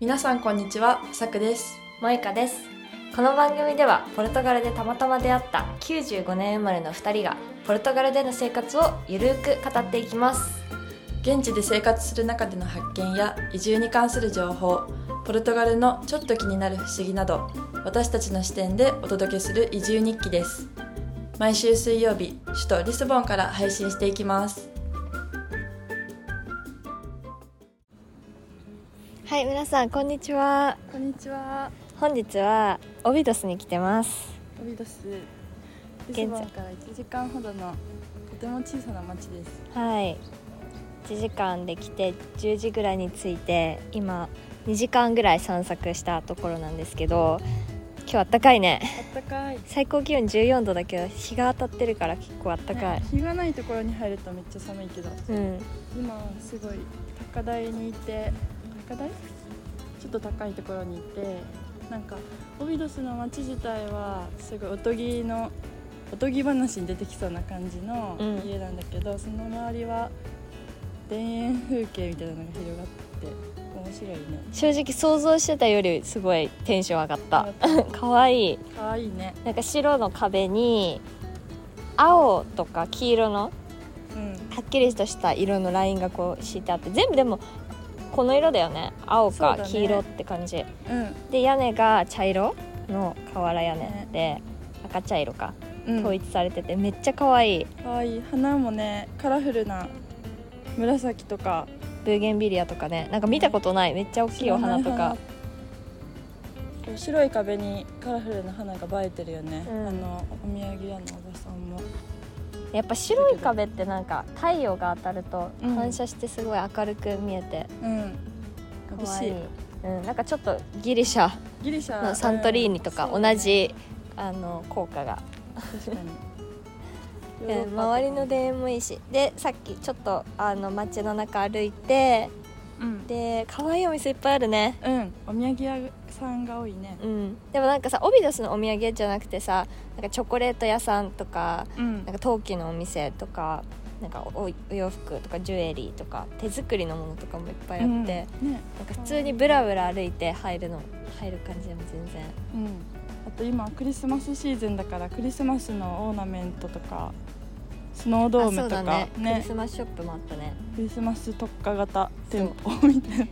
皆さんこんにちは、さくです。萌香ですこの番組ではポルトガルでたまたま出会った95年生まれの2人がポルトガルでの生活をゆるーく語っていきます現地で生活する中での発見や移住に関する情報、ポルトガルのちょっと気になる不思議など、私たちの視点でお届けする移住日記です。毎週水曜日、首都リスボンから配信していきます。はい皆さんこんにちはこんにちは、本日はオビドスに来てますオビドス。リスボンから1時間ほどのとても小さな町です。はい1時間で来て10時ぐらいに着いて今2時間ぐらい散策したところなんですけど今日あったかいねあったかい。最高気温14度だけど日が当たってるから結構あったかい、日がないところに入るとめっちゃ寒いけど。うん今すごい高台にいて高台ちょっと高いところにいてなんかオビドスの街自体はすごいおとぎのおとぎ話に出てきそうな感じのうん家なんだけど、その周りは田園風景みたいなのが広がって面白いね正直想像してたよりすごいテンション上がった可愛いかわいいねなんか白の壁に青とか黄色のうんはっきりとした色のラインがこう敷いてあって全部でもこの色だよね青そうかだね黄色って感じ、うんで屋根が茶色の瓦屋根で赤茶色かうん統一されててめっちゃ可愛いかわいい花もねカラフルな紫とかブーゲンビリアとかねなんか見たことないめっちゃ大きいお花とかこう白い壁にカラフルな花が映えてるよね、うんあのお土産屋のおばさんもやっぱ白い壁ってなんか太陽が当たるとうん反射してすごい明るく見えて、うん眩可し愛いいうん、なんかちょっとギリシャギリシャのサントリーニとかうん同じ、あの効果が、そうだね確かにうん周りの田園もいいしでさっきちょっとあの街の中歩いてうん、で可愛いお店いっぱいあるねうん、お土産屋さんが多いねうんでもなんかさオビドスのお土産じゃなくてさなんかチョコレート屋さんとかうんなんか陶器のお店とかなんかおお洋服とかジュエリーとか手作りのものとかもいっぱいあって、うんなんねか普通にブラブラ歩いて入るの入る感じでも全然うんあと今クリスマスシーズンだからクリスマスのオーナメントとかスノードームとかあそうだねクリねスマスショップもあったねクリスマス特化型店舗みたいな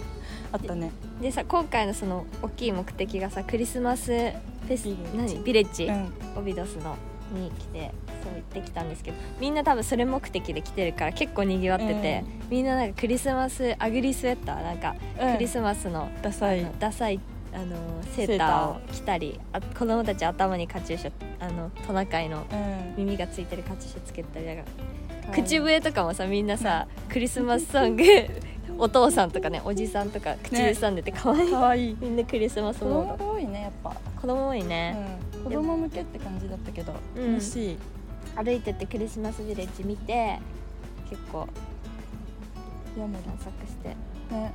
あったねでさ今回のその大きい目的がさクリスマスフェスビレッジ何ビレッジ、うんオビドスのに来てそう行ってきたんですけどみんな多分それ目的で来てるから結構にぎわってて、みんななんかクリスマスアグリスウェッターなんかうんクリスマスの、ダサいダサいあのセーターを着たりあ子供たち頭にカチューシャあのトナカイのうん耳がついてるカチューシャつけたりだから可愛い口笛とかもさみんなさクリスマスソングお父さんとかねおじさんとか口ずさんでて可愛い、可愛いみんなクリスマス子モー供が多いねやっぱ、ド子供多いね、うん、子供向けって感じだったけどうん楽しい、歩いてってクリスマスビレッジ見て結構ヤモリ散策してね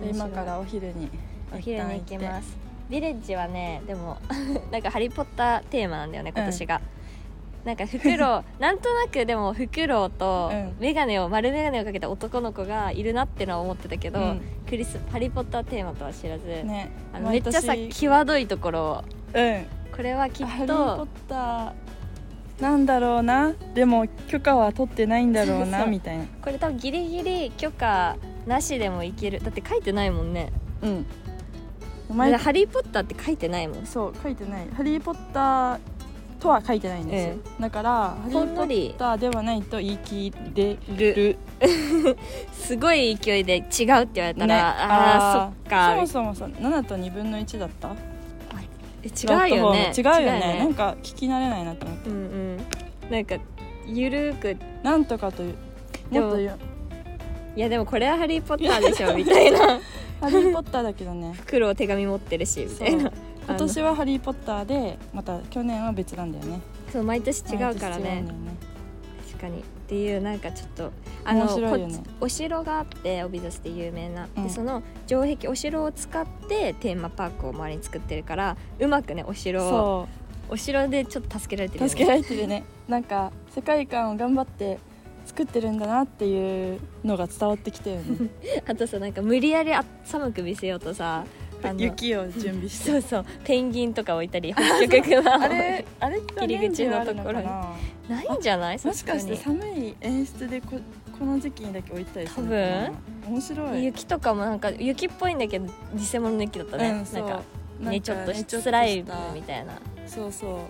で面今白いからお昼にお昼に行きますすビレッジはねでも なんか「ハリー・ポッター」テーマなんだよね今年が、なんかフクロ ウなんとなくでもフクロウとうん眼鏡を丸眼鏡をかけた男の子がいるなってのは思ってたけど、うんクリス「ハリー・ポッター」テーマとは知らず、ねあのめっちゃさ毎年際どいところをうんこれはきっハリー・ポとッターなんだろうなでも許可は取ってないんだろうそなうみたいなこれ多分ギリギリ許可なしでもいけるだって書いてないもんねうん「だっ前てハリー・ポッター」って書いてないもんそう書いてない「ハリー・ポッター」とは書いてないんですよ、うだから「ハリほんー・ポのりッター」ではないと言い切れるるすごい勢いで違うって言われたら、ねあああーそっかそもそもさ7と2分の1だったえ違うよね違うよねなんか聞き慣れないなと思ってうんうんなんかゆるーくいなんとかというでももっと言うやでもこれは「ハリー・ポッター」でしょみたいな「ハリー・ポッター」だけど ね黒手紙持ってるしみたいそなう今年は「ハリー・ポッターで」また去年は別なんだよねそう毎年違うか毎年違らうねんだよね確かにっていうなんかちょっと面白いよねこっちお城があってオビドスで有名な、うんでその城壁お城を使ってテーマパークを周りに作ってるからうまくねお城をそお城でちょっと助けられてるうよね助けられてるねなんか世界観を頑張って作ってるんだなっていうのが伝わってきたよ ねあとさなんか無理やりあ寒く見せようとさあの雪を準備してそうそうペンギンとか置いたり北極熊をあれあれって入り口のとこ年中あろにるかないんじゃないなさもしすがかしてに寒い演出でここの時期にだけ置いたりするのかな面白い雪とかもなんか雪っぽいんだけど偽物の雪だったね、うん、そうなんかなんねちょっとしねスライムみたたいなそうそ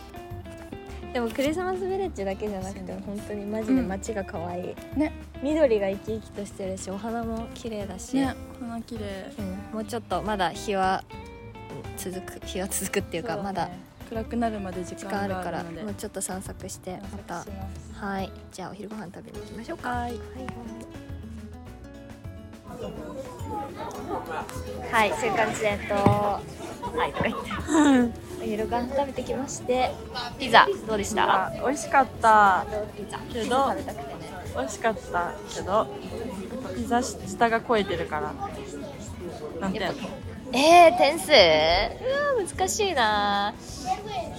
でもクリスマスヴィレッジだけじゃなくてそう本当にマジで街が可愛い、ね緑が生き生きとしてるしお花も綺麗だうし、ね花綺麗うんもうちょっとまだ日はうん続く日は続くっていうかそうまねだ暗くなるまで時時間あ間るがかあらるのでもうちょっと散策してまたしますはいじゃあお昼ご飯食べに行きましょうかはいはい、そういう感じで、えっと、はい、とか言って。 お昼ご飯食べてきまして、ピザ、どうでした。美味しかったピザ、けどピザ食べたくてね。美味しかったけど膝下が肥えてるからなんてやっぱえー、点数。うわ、難しいな。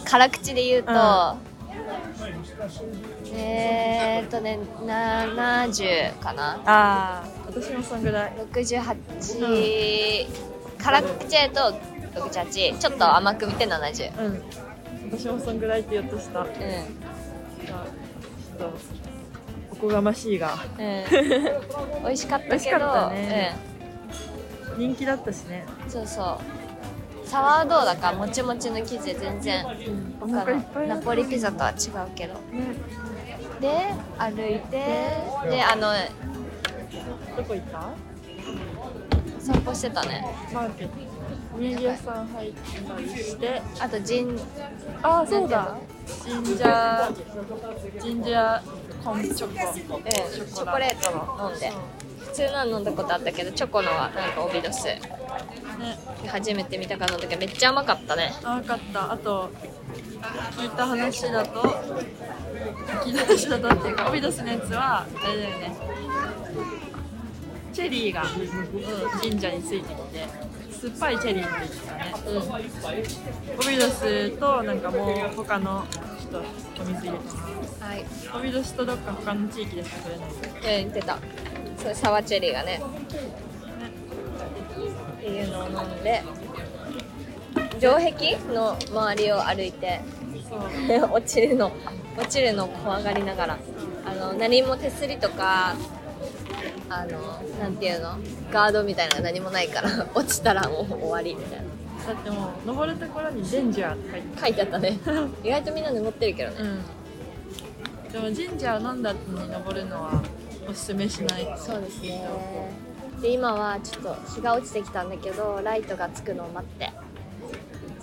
辛口で言うと。えーっとね、七十かな。ああ私もそんぐらい六十八。辛口だと。六十八、ちょっと甘く見て七十。うん私もそんぐらいって言おうとしたうん。ちょっとおこがましいが うん、美味しかった美味しけどかったね人気だったしねうん、そうそうサワードーだからもちもちの生地で全然お他腹いっぱのいナポリピザとは違うけどねで歩いてであのどこ行った散歩してたねマーケットお土産屋さん入ったりしてあとジンああそうだジンジャージンジャーコンチョコうん、チョコレートの飲んで普通のは飲んだことあったけどチョコのはなんかオビドスね初めて見たから飲んだけどめっちゃ甘かったねあ分かったあと聞いた話だと聞いた話だとっていうかオビドスのやつはあれだよねチェリーが、うん、神社についてきて酸っぱいチェリーって言ってたねうんオビドスとなんかもう他のちょっとお水入れてまはいすオビドスとどっか他の地域でしか取れないうん言ってたそうサワーチェリーがねっていうのを飲んで城壁の周りを歩いて そう落ちるの落ちるのを怖がりながらあの何も手すりとかあのなんていうのガードみたいなのが何もないから 落ちたらもう終わりみたいだなってもう登るところにデンジャーって書いて書いてあっ たね意外とみんな登ってるけどねうんでも神社を飲んだ後に登るのはおすすめしないそうですねで今はちょっと日が落ちてきたんだけどライトがつくのを待って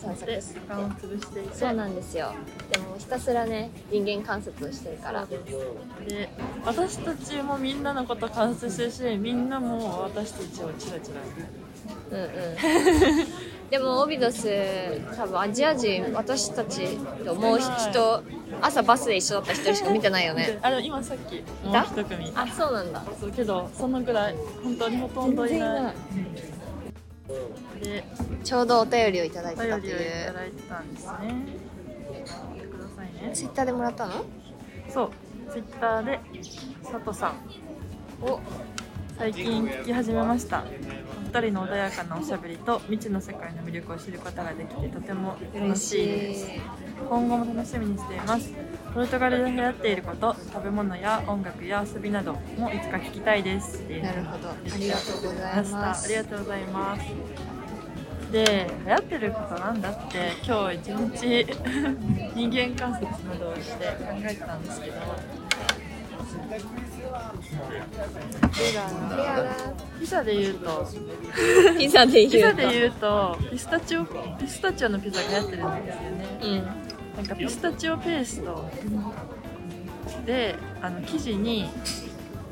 散策でし時て間を潰していてそうなんですよでもひたすらね人間観察をしてるからで私たちもみんなのこと観察してるしみんなも私たちをチラチラうんうんでもオビドス多分アジア人私たちともう人朝バスで一緒だった人しか見てないよね であれ今さっきもうた一組あそうなんだそうけどそのぐらい本当にほとんどいないでちょうどお便りをいただいおて便たってりをいいたうだいてたんですね見てくださいねツイッターでもらったのそうツイッターで佐藤さんお最近聞き始めましたお二人の穏やかなおしゃべりと未知の世界の魅力を知ることができてとても楽嬉しいしでいす今後も楽しみにしていますポルトガルで流行っていること食べ物や音楽や遊びなどもいつか聞きたいですっていうなるほどありがとうございましたまあすりがとうございますで流行ってることなんだって今日 一日人間観察などをして考えてたんですけどレレアガーだピザで言うとピザでピ言ザうとで言うとピスタチオピスタチオのピザが流行ってるんですよねうんなんかピスタチオペーストであの生地に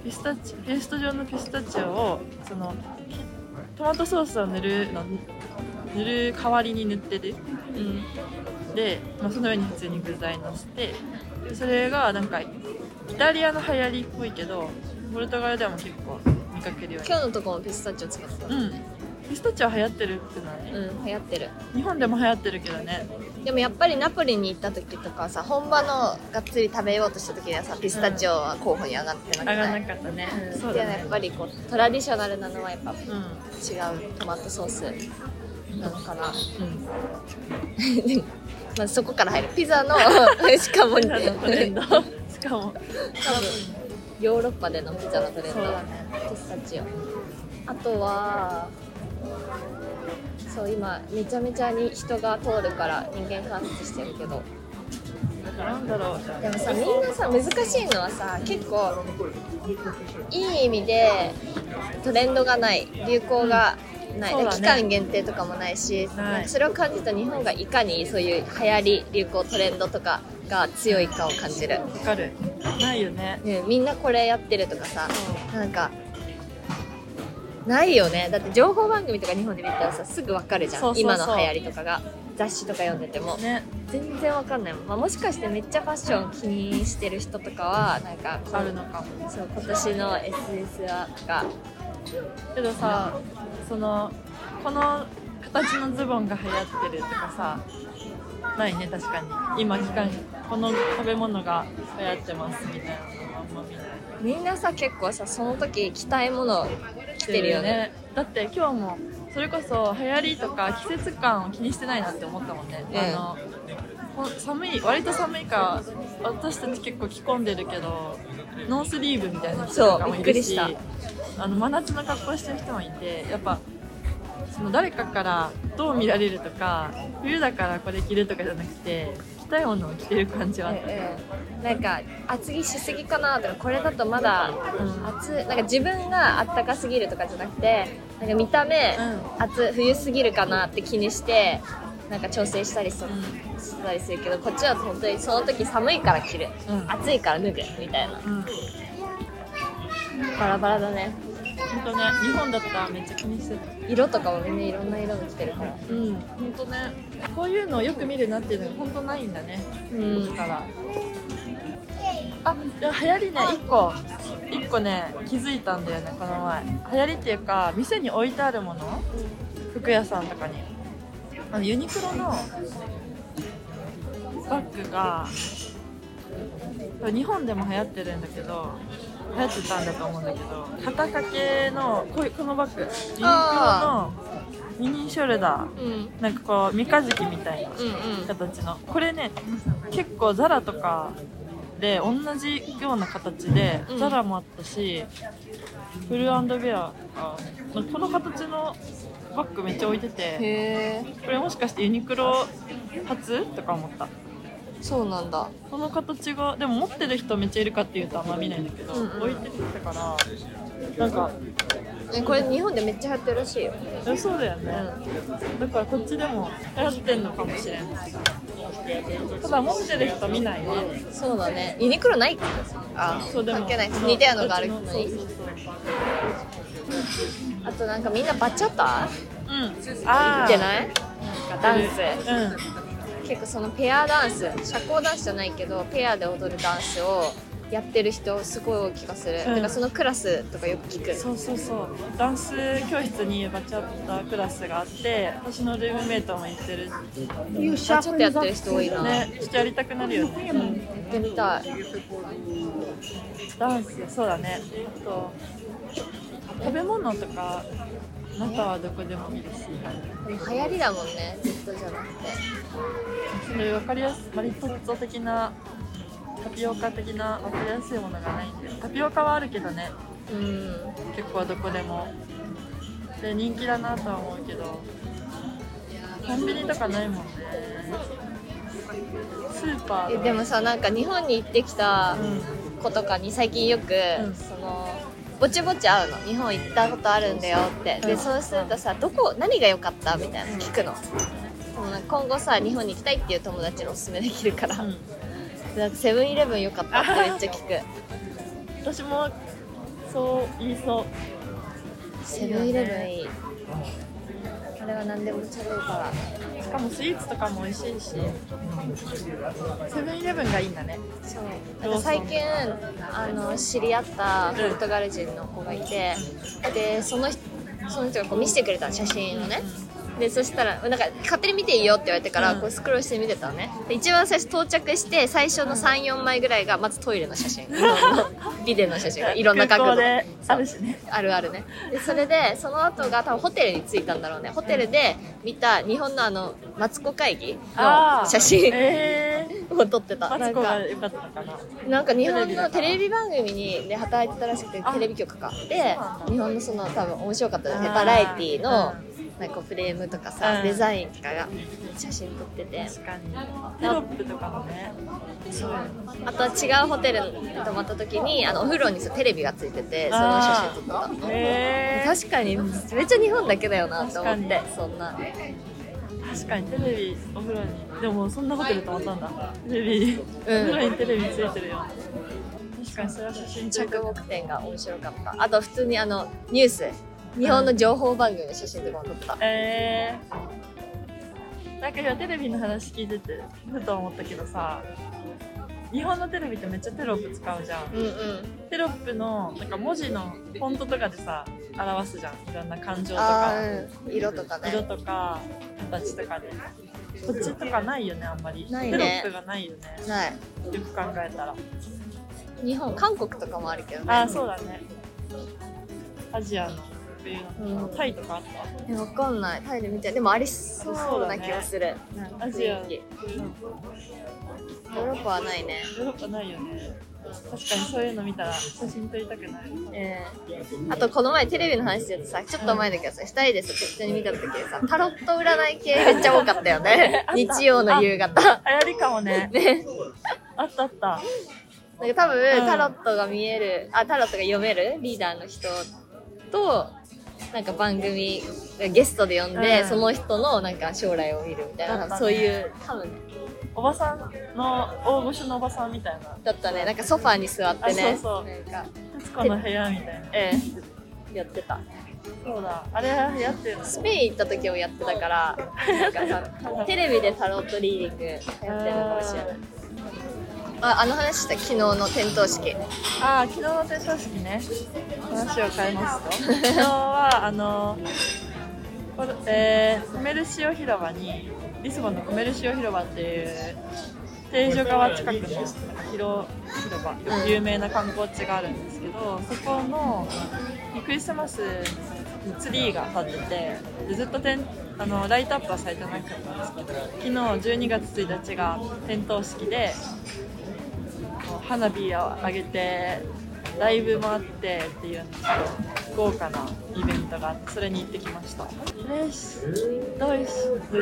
ピスタチペースト状のピスタチオをそのトマトソースを塗るの塗る代わりに塗ってるうんで、まあ、その上に普通に具材のせてでそれがなんかイタリアの流行りっぽいけどポルトガルでも結構見かけるように今日のとこもピスタチオ使ってたうんピスタチオ流行ってるって何、うん流行ってる日本でも流行ってるけどねでもやっぱりナポリに行った時とかはさ本場のがっつり食べようとした時にはさピスタチオは候補に上がって上なくながいらなかったね、うんそうでだもやねっぱりこうトラディショナルなのはやっぱ違うんうトマトソースなのかな、 うん、でもまずそこから入るピザのしかもピザのトレンドしかも多分ヨーロッパでのピザのトレンドそうだねピスタチオあとはそう今めちゃめちゃに人が通るから人間観察してるけどなんだろうでもさみんなさ難しいのはさ結構いい意味でトレンドがない流行がない、うんそうだね期間限定とかもないしないんかそれを感じた日本がいかにそういう流行り流行トレンドとかが強いかを感じる、わかるないよねね、みんなこれやってるとかさなんかないよねだって情報番組とか日本で見たらさすぐわかるじゃんそうそうそう今の流行りとかが雑誌とか読んでてもね全然わかんないもん、まあ、もしかしてめっちゃファッション気にしてる人とかはなんかこうあるのかもそう今年の SS はとかけどさそのこの形のズボンが流行ってるとかさないね確かに今期間この食べ物が流行ってますみたいなのはあんま見ないみんなさ結構さその時着たいもの着てるよねだって今日もそれこそ流行りとか季節感を気にしてないなって思ったもんね、ええあのこ寒い割と寒いから私たち結構着込んでるけどノースリーブみたいな人とかもいるしそうびっくあの真夏の格好してる人もいてやっぱその誰かからどう見られるとか冬だからこれ着るとかじゃなくて着たいものを着てる感じはあった、ええなんか厚着しすぎかなとかこれだとまだうん暑いなんか自分があったかすぎるとかじゃなくてなんか見た目、うん暑冬すぎるかなって気にしてなんか調整したりそしたりするけどこっちは本当にその時寒いから着る、うん暑いから脱ぐみたいなうん、うんバラバラだね本当ね日本だったらめっちゃ気にしてた色とかもみんないろんな色の着てるからうん、本当ね。こういうのをよく見るなっていうのが本当ないんだね。うんだから。あ、でも流行りね、一個、一個ね、気づいたんだよね、この前。流行りっていうか、店に置いてあるもの、服屋さんとかに。あのユニクロのバッグが、これ日本でも流行ってるんだけど、流行ってたんだと思うんだけど、肩掛けの、こういうこのバッグ、ユニクロのあミニショルダー。うんうんなんかこう三日月みたいなうん形のこれね結構ザラとかで同じような形でうんザラもあったし、フルアンドベアとかこの形のバッグめっちゃ置いててへえこれもしかしてユニクロ初とか思ったそうなんだこの形がでも持ってる人めっちゃいるかっていうとあんま見ないんだけど、うんうん置いててからなんかえこれ日本でめっちゃ流行ってるらしいよ、いやそうだよね、うだからこっちでも流行ってんのかもしれないただ持ってる人見ないねん、そうだねユニクロないあそうでも関係ない似たようなのがあるそのうそうにそうあとなんかみんなバチャタうんあ見あてないダンスうん結構そのペアダンス社交ダンスじゃないけどペアで踊るダンスをやってる人すごい多い気がする、んだからそのクラスとかよく聞くそうそうそうダンス教室にバチャッタクラスがあって私のルームメイトも行ってるちょっとやってる人多いな、ねちょっとやりたくなるよね、やってみたいダンスそうだねあと食べ物とか中はどこでも見るしでも流行りだもんねずっとじゃなくてそれ分かりやすいマリトッツォ的なタピオカ的な分かりやすいものがないんでタピオカはあるけどねうん結構どこでもで人気だなとは思うけどコンビニとかないもんねスーパーえでもさなんか日本に行ってきたう子とかに最近よく、んそのぼちぼち会うの日本行ったことあるんだよってうでんそうするとさどこ何が良かったみたいなの聞くのでもなんか今後さ日本に行きたいっていう友達におすすめできるから、ん、うん、なんかセブンイレブン良かったってめっちゃ 聞く私もそう言いそうセブンイレブンいいこれは何でも食べるからしかもスイーツとかも美味しいしセブンイレブンがいいんだねそうなんか最近あの知り合ったポルトガル人の子がいてでその人その人がこう見せてくれたの写真をね、でそしたらなんか勝手に見ていいよって言われてから、うんこうスクロールして見てたのねで一番最初到着して最初の34枚ぐらいがまずトイレの 写真ビデオの写真いろんな角空港度でそうあるしねあるあるねでそれでその後が多分ホテルに着いたんだろうねホテルで見た日本のあのマツコ会議あのー写真えを撮ってたー、マなツんコかが良かったのかななんか日テレ本ビだかのらテレビ番組にで働いてたらしくてあテレビ局かなんでだ日本のその多分面白かったですねあーバラエティーのうなんかこうフレームとかさ、うんデザインとかが写真撮ってて確かにテロップとかもねそうあとは違うホテルに泊まった時にあのお風呂にさテレビがついててその写真撮ったのえー、確かにめっちゃ日本だけだよなと思っ確かてそんな確かにテレビお風呂にでもそんなホテル泊まったんだテレビ、お風呂にテレビついてるよ確かにそれは写真撮りたい着目点が面白かったあと普通にあのニュース日本の情報番組の写真とかも撮ったえー、なんか今テレビの話聞いててふと思ったけどさ日本のテレビってめっちゃテロップ使うじゃんうんうんテロップのなんか文字のフォントとかでさ表すじゃんいろんな感情とあかーうん色とかね色とか形とかでこっちとかないよねあんまりないテねロップがないよねないよく考えたら日本韓国とかもあるけどねああそうだねアジアの冬の、うんタイとかあっえわかんないタイで見てでもありそうな気がする、なんかアジア雰囲気ヨた、ヨーロッパはないねーロッパないよね確かにそういうの見たら写真撮りたくなるえーあとこの前テレビの話で言うとさちょっと前だけどさ2人でさ適当に見た時にさタロット占い系めっちゃ多かったよ ね日曜の夕方あやりかもねねあったあったなんか多う分んタロットが見えるあタロットが読めるリーダーの人となんか番組ゲストで呼んで、うんその人のなんか将来を見るみたいな、だったねそういう多分おばさんの大御所のおばさんみたいなだったねなんかソファーに座ってねあそうそうなんか徹子の部屋みたいなええやってたそうだあれはやってるのスペイン行った時もやってたからなんか さテレビでタロットリーディングやってるのかもしれないああの話した昨日の点灯式ああ昨日の転送式ね話を変えますと昨日はあのこれえーコメルシオ広場にリスボンのコメルシオ広場っていう定所川近くの広広場有名な観光地があるんですけどそこのクリスマスのツリーが立っててでずっとてんあのライトアップはされてなかったんですけど昨日12月1日が点灯式でこう花火を上げてライブもあってっていうのと豪華なイベントがあってそれに行ってきましたレシドイツピ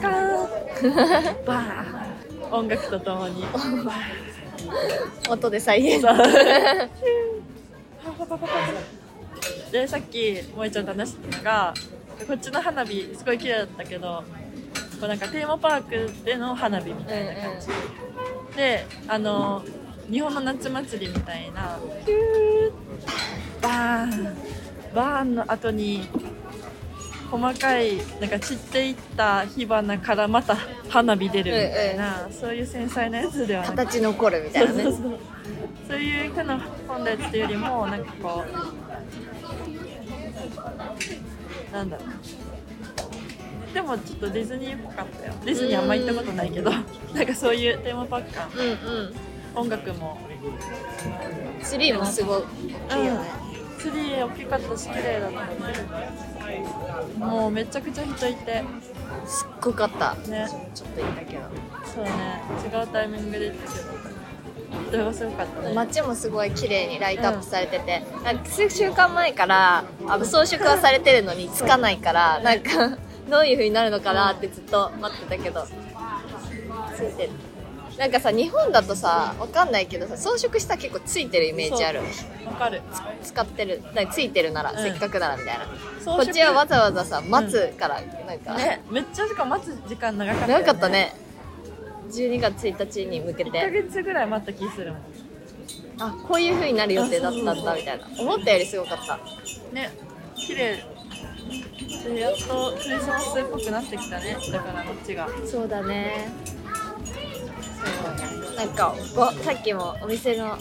カー ンバーン音楽とともにバーン音で再現そうでさっき萌ちゃんと話してたのがこっちの花火すごい綺麗だったけどこうなんかテーマパークでの花火みたいな感じ、であの日本の夏祭りみたいなキューバーンバーンの後に細かいなんか散っていった火花からまた花火出るみたいな、そういう繊細なやつではなくて形残るみたいなねそうそうそうそういう手の込んだやつっていうよりもなんかこうなんだろうでもちょっとディズニーっぽかったよディズニーあんま行ったことないけどなんかそういうテーマパーク感うんうん音楽も、ツリーもすごい大きいよね、うん、ツリー大きかったし綺麗だったもうめちゃくちゃ人いてすっごかったねちょっといいんだけどそうね違うタイミングで行ったけど人がすごかったね街もすごい綺麗にライトアップされてて、なんか数週間前からあの装飾はされてるのにつかないからなんかどういう風になるのかなってずっと待ってたけどついてるなんかさ日本だとさわかんないけどさ装飾したら結構ついてるイメージあるわかる使ってるなんかついてるなら、んせっかくならみたいな装こ飾っちはわざわざさ待つから、なんか、ねめっちゃ時間待つ時間長かったよ、長かったね12月1日に向け1ヶて月ぐらい待った気するもんあこういう風になる予定だったんだみたいな思ったよりすごかったね綺麗でやっとクリスマスっぽくなってきたねだからこっちがそうだねそうなんかごさっきもお店の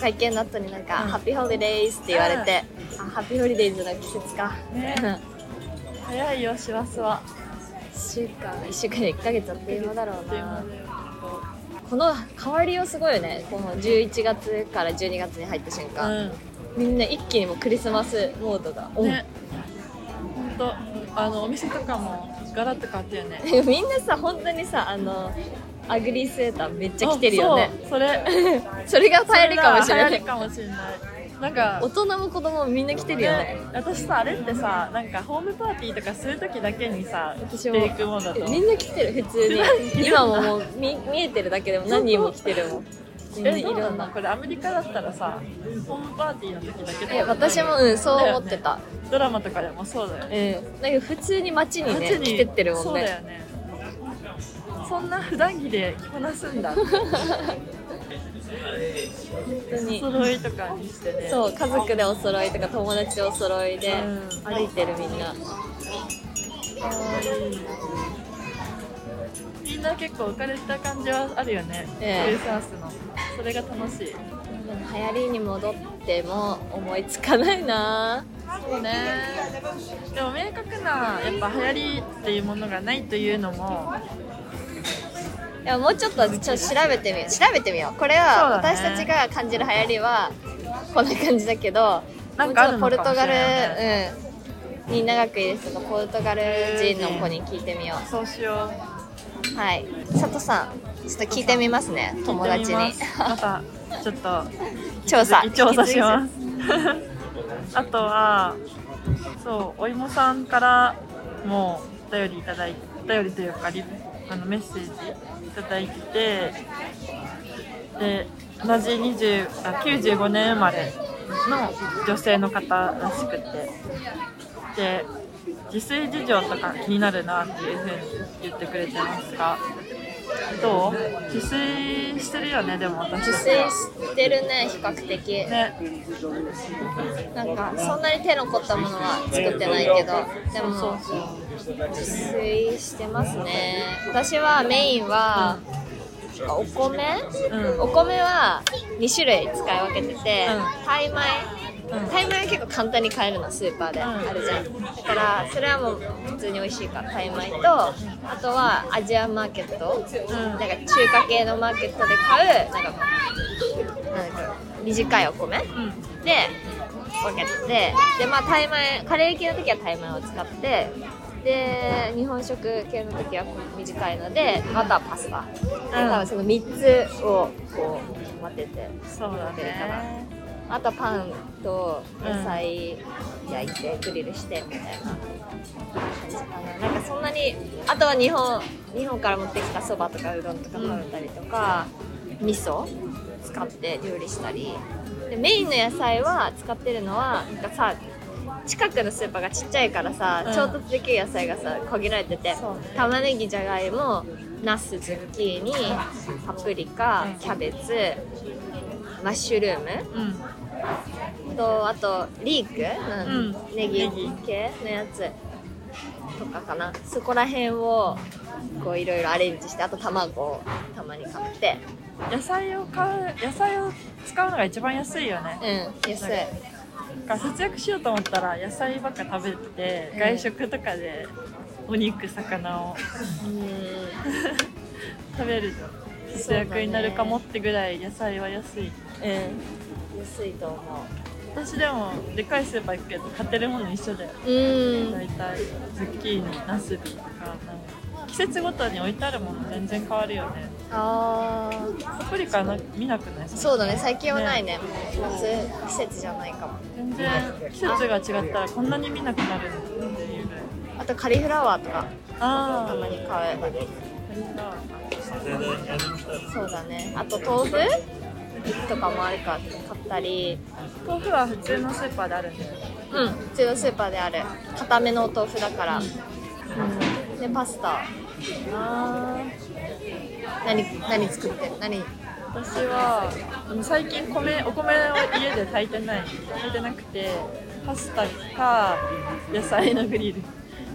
会見の後になんか、うんハッピーホリデイズって言われて、あハッピーホリデイズの季節かね早いよ師走は1週間1週間で1ヶ月あっという間だろうっていうなのでこの変わりようすごいよねこの11月から12月に入った瞬間、みんな一気にもうクリスマスモードが、うおんね本当あのお店とかもガラッと変わったよね みんなさ本当にさあのアグリーセーターめっちゃ着てるよねあそうそれそれが流行りかもしれな流行いりかもしれないなんか大人も子供もみんな着てるよねね私さあれってさなんかホームパーティーとかする時だけにさ私着もていくもんだとみんな着てる普通 に今ももう見見えてるだけでも何人も着てるもんみんなえいどうろなんんだなこれアメリカだったらさホームパーティーの時だけいや私もうんそう思ってた、ドラマとかでもそうだよねうんなんか普通に街にね街に着てってるもそんうねだよねそんな普段着で着こなすんだ本当おに揃いとかにしてねそう家族でお揃いとか友達お揃いでうん歩いてるみんなみんな結構浮かれた感じはあるよね、ええクリスマスのそれが楽しいでも流行りに戻っても思いつかないなそうねでも明確なやっぱ流行りっていうものがないというのもいやもうちょっとちょっと調べてみよう調べてみようこれそはうだね私たちが感じる流行りはこんな感じだけどなんかあるのもうちょかもっとポルトしガれないル、ねうん、に長くいる人のポルトガル人の子に聞いてみよそうしよううはい佐藤さんちょっと聞いてみますね友達に聞いてみますまたちょっと調査調査しますあとはそうお芋さんからもお便りいただいお便りというかリあのメッセージいただいてで同じ20あ95年生まれの女性の方らしくてで自炊事情とか気になるなっていうふうに言ってくれてますがどう自炊してるよねでも私自たち炊してるね比較的ねなんかそんなに手の凝ったものは作ってないけどでもそうそう自炊してますね私はメインはお米、うんお米は2種類使い分けてて、うタイ米うんタイ米は結構簡単に買えるのスーパーでうんあるじゃんだからそれはもう普通に美味しいからタイ米とあとはアジアンマーケット、んなんか中華系のマーケットで買うなんかこうなんか短いお米、うんで分けてでまあタイ米カレー系の時はタイ米を使ってで日本食系の時はこう短いのであとはパスタ、で多分その3つをこう待っててそうだねあとはパンと野菜焼いてグリルしてみたいな感じかななんかそんなにあとは日本日本から持ってきたそばとかうどんとか食べたりとか、味噌使って料理したりでメインの野菜は使ってるのはなんかさ近くのスーパーがちっちゃいからさ、うん調達できる野菜がさ限られててそうね玉ねぎじゃがいもナスズッキーニパプリカうんキャベツマッシュルーム、うんとあとリーク、うんネギ系のやつとかかなそこら辺をこういろいろアレンジしてあと卵をたまに買って野菜を買う野菜を使うのが一番安いよねうん安いだから節約しようと思ったら野菜ばっか食べてうん外食とかでお肉魚をうん食べると節約になるかもってぐらい野菜は安いうん安いと思私でもでかいスーパー行くけど買ってるもの一緒だよううん大体ズッキーニナスビとかなんか季節ごとに置いてあるもの全然変わるよねあーパプリカな見なくないそうだね最近はないね夏季節じゃないかも全然季節が違ったらこんなに見なくなるのっていうぐらいあとカリフラワーとかあたまに買うあそうだねあと豆腐とかもあるから買ったり豆腐は普通のスーパーであるんだよねうん、うちのスーパーである固めのお豆腐だから、うん、でパスタあ何何作ってる何あ私はあの最近米お米を家で炊いてない炊いてなくてパスタか野菜のグリル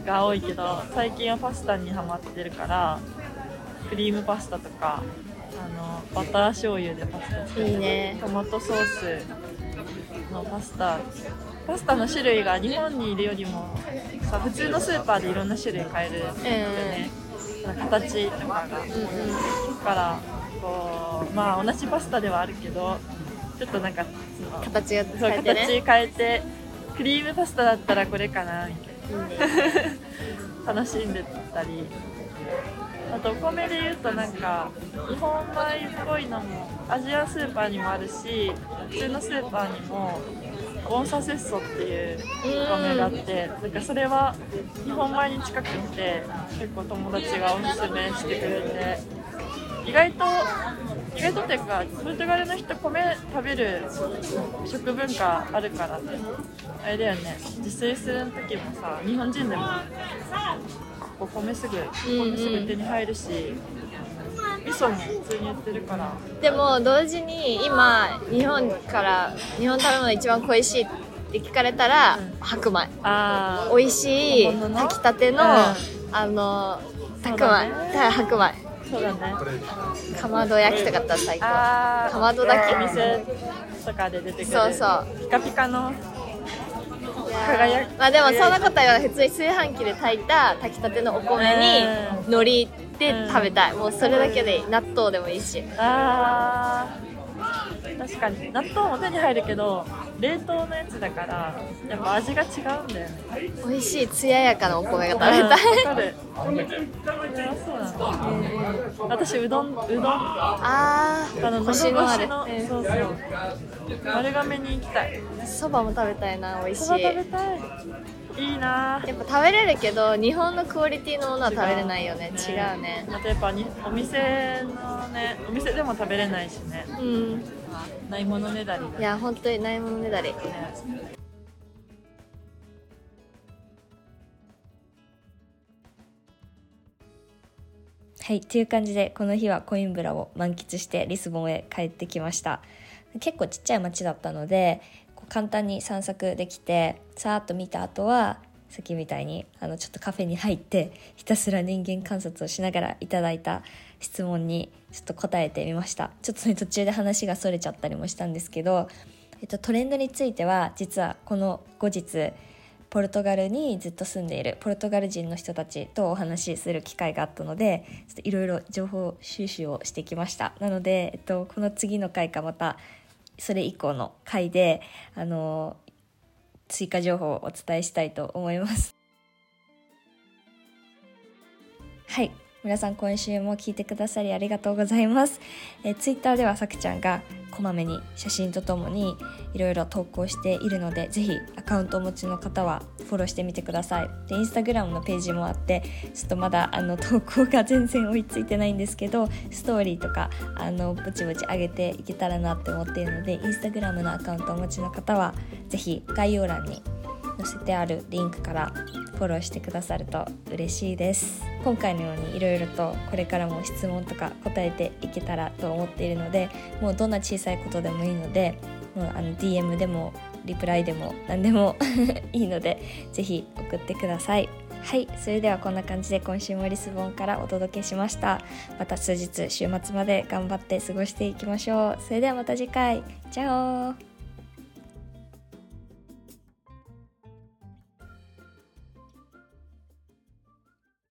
が多いけど最近はパスタにハマってるからクリームパスタとかあのバター醤油でパスタ作ったりいいねトマトソースのパスタパスタの種類が日本にいるよりもさ普通のスーパーでいろんな種類買えるんだよね、形とかが、うんうんだからこうまあ同じパスタではあるけどちょっとなんかその形がそう変えて形ね変えてクリームパスタだったらこれかなみたいいいねな楽しんでたりあとお米で言うとなんか日本米っぽいのもアジアンスーパーにもあるし普通のスーパーにもボンサセッソっていうお米があってなんかそれは日本米に近くて結構友達がおすすめしてくれて意外と意外とっていうかポルトガルの人米食べる食文化あるからねあれだよね自炊する時もさ日本人でもお米すぐうんうん米すぐ手に入るし、味噌も普通に売ってるからでも同時に今日本から日本食べ物一番恋しいって聞かれたら、うん白米あ美味しい本物の炊きたての、うんあのそ白う米だねはい白米そうだねかまど焼きとかだったら最高あーかまどだけお店とかで出てくるそうそうピカピカの輝くまあでもそんなことは言わない普通に炊飯器で炊いた炊きたてのお米にうん海苔で食べたいもうそれだけでいい納豆でもいいしあー確かに納豆も手に入るけど冷凍のやつだからやっぱ味が違うんだよね美味しい艶やかなお米がうん食べたいわかるそれはそうなの私うどんうどんあ あのあの星のあるそうそう丸亀に行きたいそばも食べたいな美味しそばい食べたいいいなやっぱ食べれるけど日本のクオリティのものは食べれないよね違うねあとやっぱにお店のねお店でも食べれないしねうんないものねだりだいや本当にないものねだりねはい、という感じでこの日はコインブラを満喫してリスボンへ帰ってきました結構ちっちゃい町だったのでこう簡単に散策できてさーっと見た後はさっきみたいにあのちょっとカフェに入ってひたすら人間観察をしながらいただいた質問にちょっと答えてみましたちょっとね途中で話がそれちゃったりもしたんですけど、えっと、トレンドについては実はこの後日ポルトガルにずっと住んでいるポルトガル人の人たちとお話しする機会があったのでちょっといろいろ情報収集をしてきましたなので、えっと、この次の回かまたそれ以降の回であの追加情報をお伝えしたいと思います はい皆さん今週も聞いてくださりありがとうございますえー、ツイッターではさくちゃんがこまめに写真とともにいろいろ投稿しているのでぜひアカウントをお持ちの方はフォローしてみてくださいでインスタグラムのページもあってちょっとまだあの投稿が全然追いついてないんですけどストーリーとかあのぼちぼち上げていけたらなって思っているのでインスタグラムのアカウントをお持ちの方はぜひ概要欄に載せてあるリンクからフォローしてくださると嬉しいです今回のようにいろいろとこれからも質問とか答えていけたらと思っているのでもうどんな小さいことでもいいのでもうあの DM でもリプライでも何でも いいのでぜひ送ってくださいはいそれではこんな感じで今週もリスボンからお届けしましたまた数日週末まで頑張って過ごしていきましょうそれではまた次回チャオ